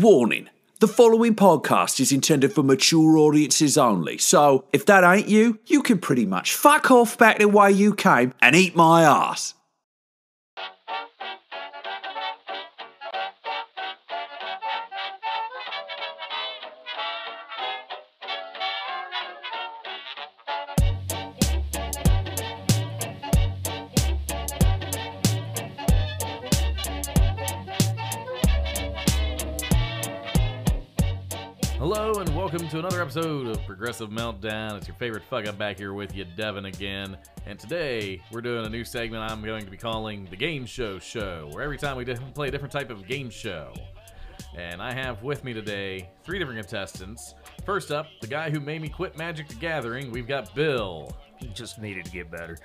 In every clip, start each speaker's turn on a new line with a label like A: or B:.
A: Warning the following podcast is intended for mature audiences only, so if that ain't you, you can pretty much fuck off back the way you came and eat my ass.
B: Hello and welcome to another episode of Progressive Meltdown. It's your favorite fuck. I'm back here with you, Devin, again. And today we're doing a new segment I'm going to be calling the Game Show Show, where every time we di- play a different type of game show. And I have with me today three different contestants. First up, the guy who made me quit Magic the Gathering, we've got Bill.
C: You just needed to get better.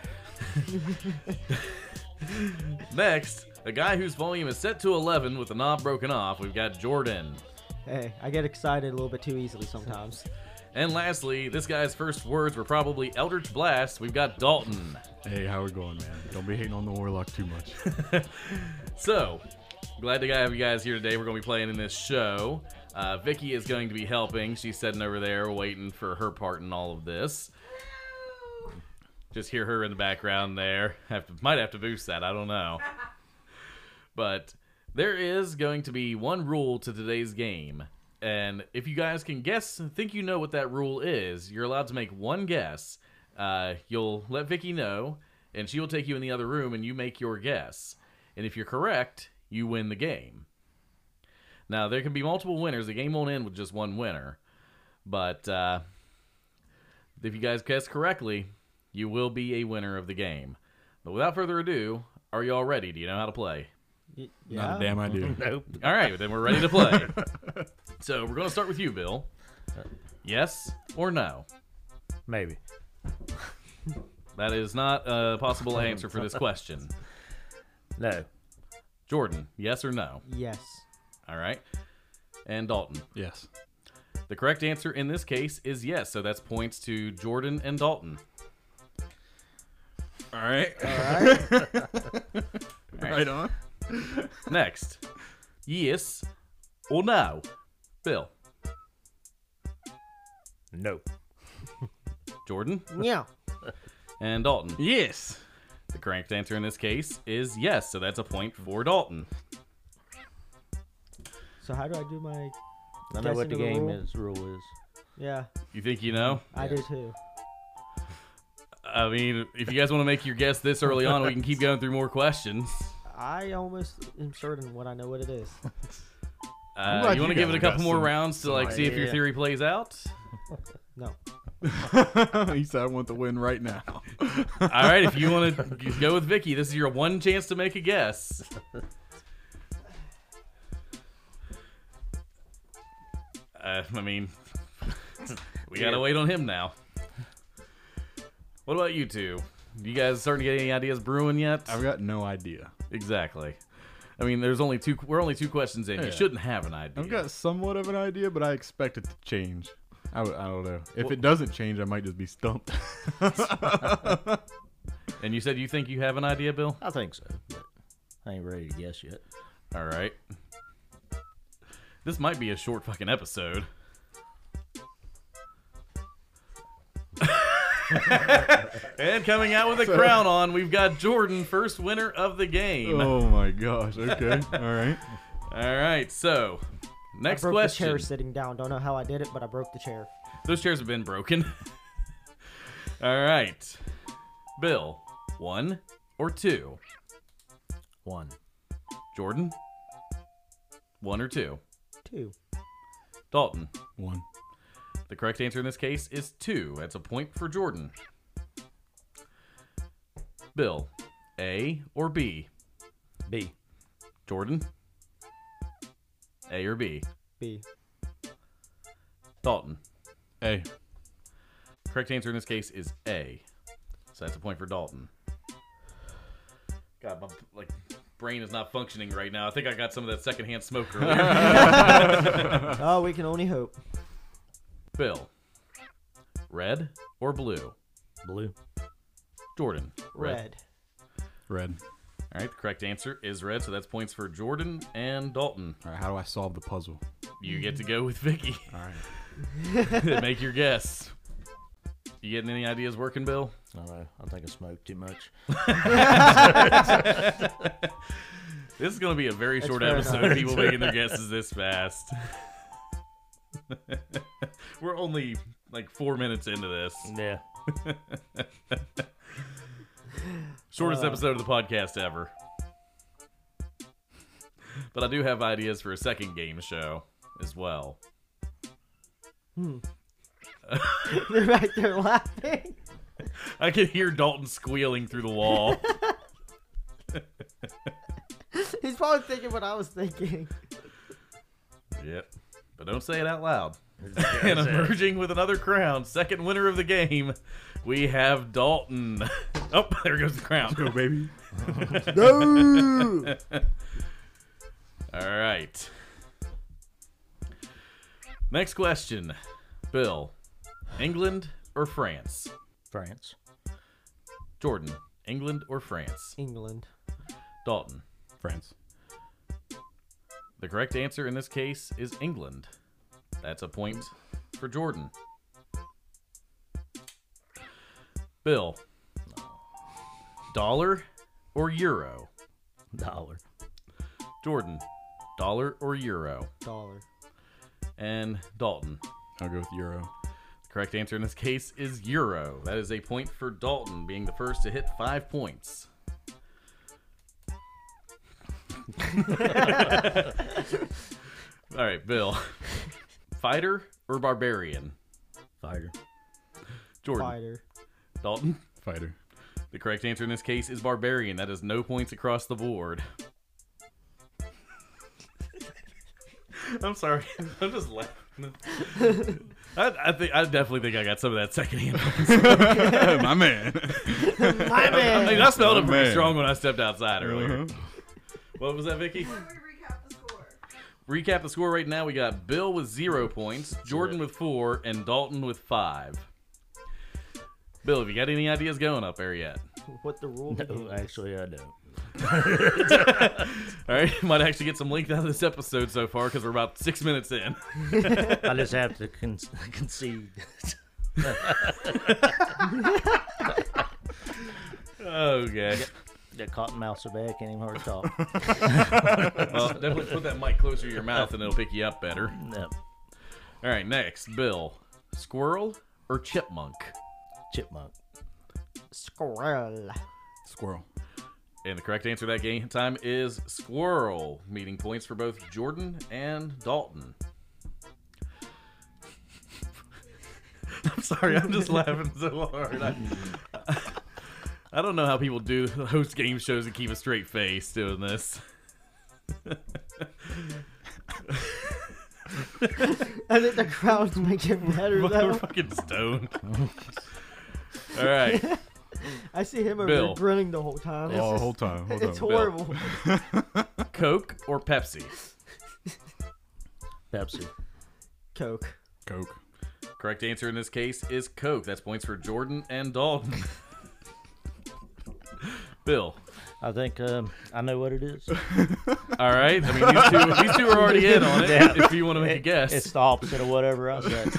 B: Next, the guy whose volume is set to 11 with the knob broken off, we've got Jordan.
D: Hey, I get excited a little bit too easily sometimes.
B: And lastly, this guy's first words were probably Eldritch Blast, we've got Dalton.
E: Hey, how we going, man? Don't be hating on the warlock too much.
B: So, glad to have you guys here today. We're going to be playing in this show. Uh, Vicky is going to be helping. She's sitting over there waiting for her part in all of this. Just hear her in the background there. Have to, might have to boost that. I don't know. But there is going to be one rule to today's game. And if you guys can guess, think you know what that rule is, you're allowed to make one guess. Uh, you'll let Vicky know, and she will take you in the other room, and you make your guess. And if you're correct, you win the game. Now, there can be multiple winners. The game won't end with just one winner. But uh, if you guys guess correctly, you will be a winner of the game. But without further ado, are you all ready? Do you know how to play?
D: Y-
E: Not
D: yeah.
E: a damn idea.
C: Nope.
B: All right, then we're ready to play. so we're going to start with you, Bill. Uh, Yes or no?
C: Maybe.
B: That is not a possible answer for this question.
C: No.
B: Jordan, yes or no?
D: Yes.
B: All right. And Dalton.
E: yes.
B: The correct answer in this case is yes, so that's points to Jordan and Dalton.
E: All right.
B: All
E: right on.
B: Next, yes or no, Bill,
C: No.
B: Jordan,
D: Yeah.
B: and Dalton.
E: Yes.
B: The correct answer in this case is yes, so that's a point for Dalton.
D: So how do I do my?
C: I know
D: Guessing
C: what
D: to the
C: the game
D: rule?
C: is rule is.
D: Yeah,
B: You think you know?
D: I do too.
B: I mean, if you guys want to make your guess this early on, we can keep going through more questions.
D: I almost am certain what I know what it is.
B: Uh,
E: glad
B: you want to
E: you
B: give it
E: guys
B: a couple
E: got
B: more
E: some-
B: rounds to like see if your
C: idea.
B: theory plays out.
D: No.
E: he said, I want the win right now.
B: All right, if you want to go with Vicky, this is your one chance to make a guess. Uh, I mean, we gotta wait on him now. What about you two? You guys starting to get any ideas brewing yet?
E: I've got no idea.
B: Exactly. I mean, there's only two. We're only two questions in.
E: Yeah.
B: You shouldn't have an idea.
E: I've got somewhat of an idea, but I expect it to change. I, w- I don't know. If
B: Well-
E: it doesn't change, I might just be stumped.
B: And you said you think you have an idea, Bill?
C: I think so. But I ain't ready to guess yet.
B: All right. This might be a short fucking episode. and coming out with a crown on, we've got Jordan, first winner of the game.
E: oh my gosh. Okay. All right.
B: All right, so
D: I
B: next
D: broke
B: question.
D: the chair sitting down. Don't know how I did it, but I broke the chair.
B: Those chairs have been broken. All right, Bill, one or two?
C: One.
B: Jordan, one or two?
D: Two.
B: Dalton,
E: One.
B: The correct answer in this case is two. That's a point for Jordan. Bill, A or B?
C: B.
B: Jordan, A or B?
D: B.
B: Dalton.
E: Hey.
B: Correct answer in this case is A. So that's a point for Dalton. God, my like brain is not functioning right now. I think I got some of that secondhand smoke earlier.
D: Oh, we can only hope.
B: Bill, red or blue?
C: Blue.
B: Jordan,
D: Red.
E: Red.
B: All right, the correct answer is red, so that's points for Jordan and Dalton.
E: All right, how do I solve the puzzle?
B: You get to go with Vicky.
E: All right.
B: Make your guess. You getting any ideas working, Bill?
C: I don't know. I think I smoked too much.
B: This is going to be a very short
D: fair
B: episode.
D: enough.
B: People making their guesses this fast. We're only like four minutes into this.
C: Yeah.
B: Shortest
D: Uh.
B: episode of the podcast ever. But I do have ideas for a second game show as well.
D: They're right there laughing.
B: I can hear Dalton squealing through the wall.
D: He's probably thinking what I was thinking.
B: yep. But don't say it out loud. and emerging with another crown, second winner of the game, we have Dalton. Oh, there goes the crown.
E: Go, baby.
D: No.
B: All right. Next question, Bill. England or France?
C: France.
B: Jordan, England or France?
D: England.
B: Dalton.
E: France.
B: The correct answer in this case is England. That's a point for Jordan. Bill. Dollar or euro?
C: Dollar.
B: Jordan. Dollar or euro?
D: Dollar.
B: And Dalton.
E: I'll go with Euro.
B: Correct answer in this case is Euro. That is a point for Dalton, being the first to hit five points. All right, Bill. Fighter or barbarian?
C: Fighter.
B: Jordan.
D: Fighter.
B: Dalton.
E: Fighter.
B: The correct answer in this case is barbarian. That is no points across the board. I'm sorry. I'm just laughing. I, I think I definitely think I got some of that secondhand.
E: My
D: My
E: man.
B: I mean,
D: man.
B: I smelled it
E: Oh,
B: pretty
E: man.
B: strong when I stepped outside earlier.
E: Uh-huh.
B: What was that, Vicky?
F: We're gonna recap the score.
B: Recap the score right now. We got Bill with zero points, Jordan with four, and Dalton with five. Bill, have you got any ideas going up there yet?
D: What the rule?
C: No,
D: is.
C: actually, I don't.
B: All right, might actually get some length out of this episode so far because we're about six minutes in.
C: I just have to con- concede.
B: Okay.
C: that cotton mouse are back. Ain't even hard to talk.
B: Well, definitely put that mic closer to your mouth and it'll pick you up better.
C: no.
B: All right, next, Bill. Squirrel or chipmunk?
C: Chipmunk.
D: Squirrel.
E: Squirrel.
B: And the correct answer that game time is squirrel, meaning points for both Jordan and Dalton. I'm sorry, I'm just laughing so hard. I, I don't know how people do host game shows and keep a straight face doing this.
D: I think the crowds make it better
B: We're
D: though.
B: fucking stoned. All right,
D: I see him over
B: Bill.
D: there grinning the whole time. It's,
E: Oh,
D: just-
E: whole time. Hold
D: it's
E: on.
D: horrible.
B: Coke or Pepsi?
C: Pepsi.
D: Coke.
E: Coke.
B: Correct answer in this case is Coke. That's points for Jordan and Dalton. Bill.
C: I think um, I know what it is.
B: All right. I mean, these two, these two are already in on it.
C: Yeah.
B: If you want to make a guess,
C: It's the opposite of whatever I said.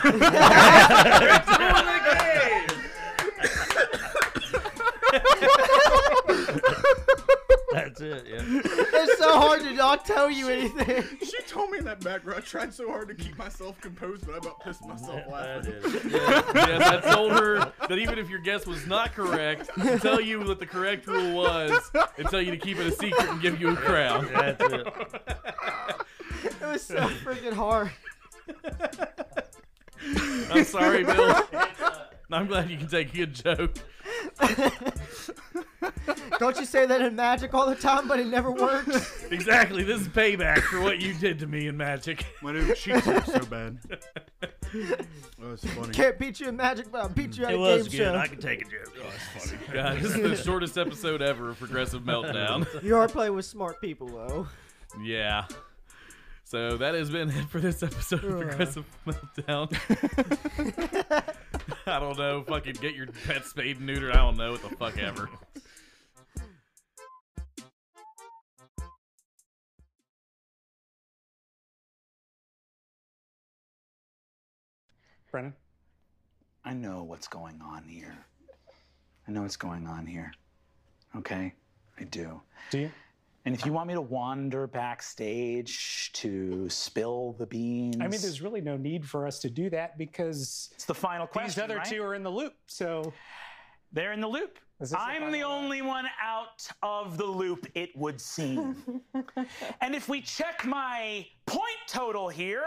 C: That's it. Yeah.
D: It's so hard to not tell you anything.
E: She told me in that background. I tried so hard to keep myself composed, but I about pissed myself
B: yes, I told her that even if your guess was not correct, to tell you what the correct rule was, and tell you to keep it a secret and give you a crown.
C: That's it.
D: It was so freaking hard.
B: I'm sorry, Bill. I'm glad you can take a good joke.
D: Don't you say that in magic all the time, but it never works?
B: Exactly. This is payback for what you did to me in magic.
E: My dude, she hurt so bad. That was funny.
D: Can't beat you in magic, but I'll beat you at
C: It
D: a
C: was
D: game
C: good.
D: show.
C: I can take a joke. Oh,
B: God, this is the shortest episode ever of Progressive Meltdown.
D: You are playing with smart people, though.
B: Yeah. So that has been it for this episode of Progressive Meltdown. I don't know. Fucking get your pet spayed and neutered. I don't know what the fuck ever.
F: Brennan, I know what's going on here. I know what's going on here. Okay? I do.
G: Do you?
F: And if you want me to wander backstage to spill the beans,
G: I mean, there's really no need for us to do that because
F: it's the final question.
G: these other
F: right?
G: two are in the loop. So
F: They're in the loop.
G: Is this the
F: I'm the
G: final one?
F: only one out of the loop, it would seem. and if we check my point total here,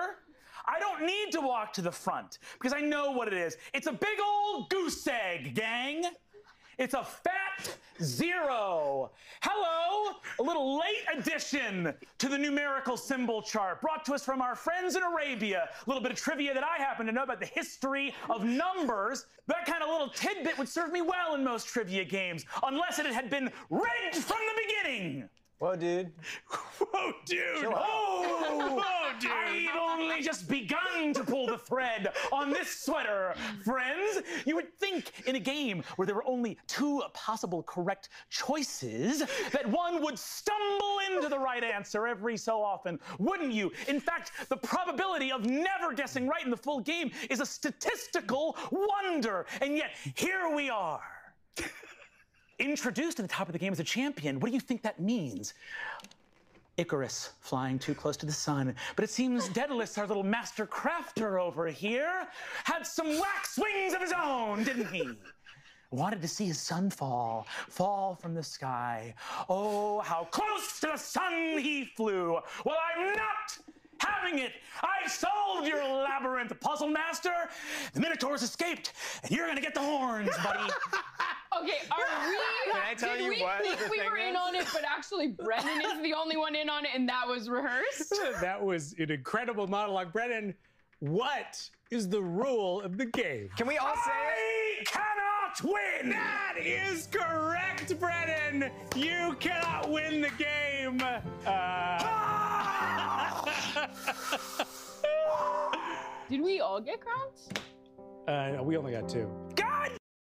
F: I don't need to walk to the front because I know what it is. It's a big old goose egg, gang. It's a fat zero. Hello, a little late addition to the numerical symbol chart brought to us from our friends in Arabia. A little bit of trivia that I happen to know about the history of numbers. That kind of little tidbit would serve me well in most trivia games, unless it had been rigged from the beginning.
D: Whoa, dude.
F: Whoa, dude! Oh! Whoa, dude! I've only just begun to pull the thread on this sweater, friends. You would think in a game where there were only two possible correct choices that one would stumble into the right answer every so often, wouldn't you? In fact, the probability of never guessing right in the full game is a statistical wonder. And yet, here we are. Introduced at the top of the game as a champion. What do you think that means? Icarus flying too close to the sun. But it seems Daedalus, our little master crafter over here, had some wax wings of his own, didn't he? Wanted to see his sun fall, fall from the sky. Oh, how close to the sun he flew! Well, I'm not having it! I solved your labyrinth, puzzle master! The Minotaur's escaped, and you're gonna get the horns, buddy!
H: Okay, are we? Can
I: I tell
H: did
I: you
H: we
I: what the
H: think we
I: thing
H: were in
I: is?
H: on it, but actually Brennan is the only one in on it, and that was rehearsed.
G: that was an incredible monologue. Brennan, what is the rule of the game?
I: Can we all say
F: I cannot win!
G: That is correct, Brennan. You cannot win the game. Uh,
F: Ah!
H: Did we all get crowns?
G: uh, we only got two.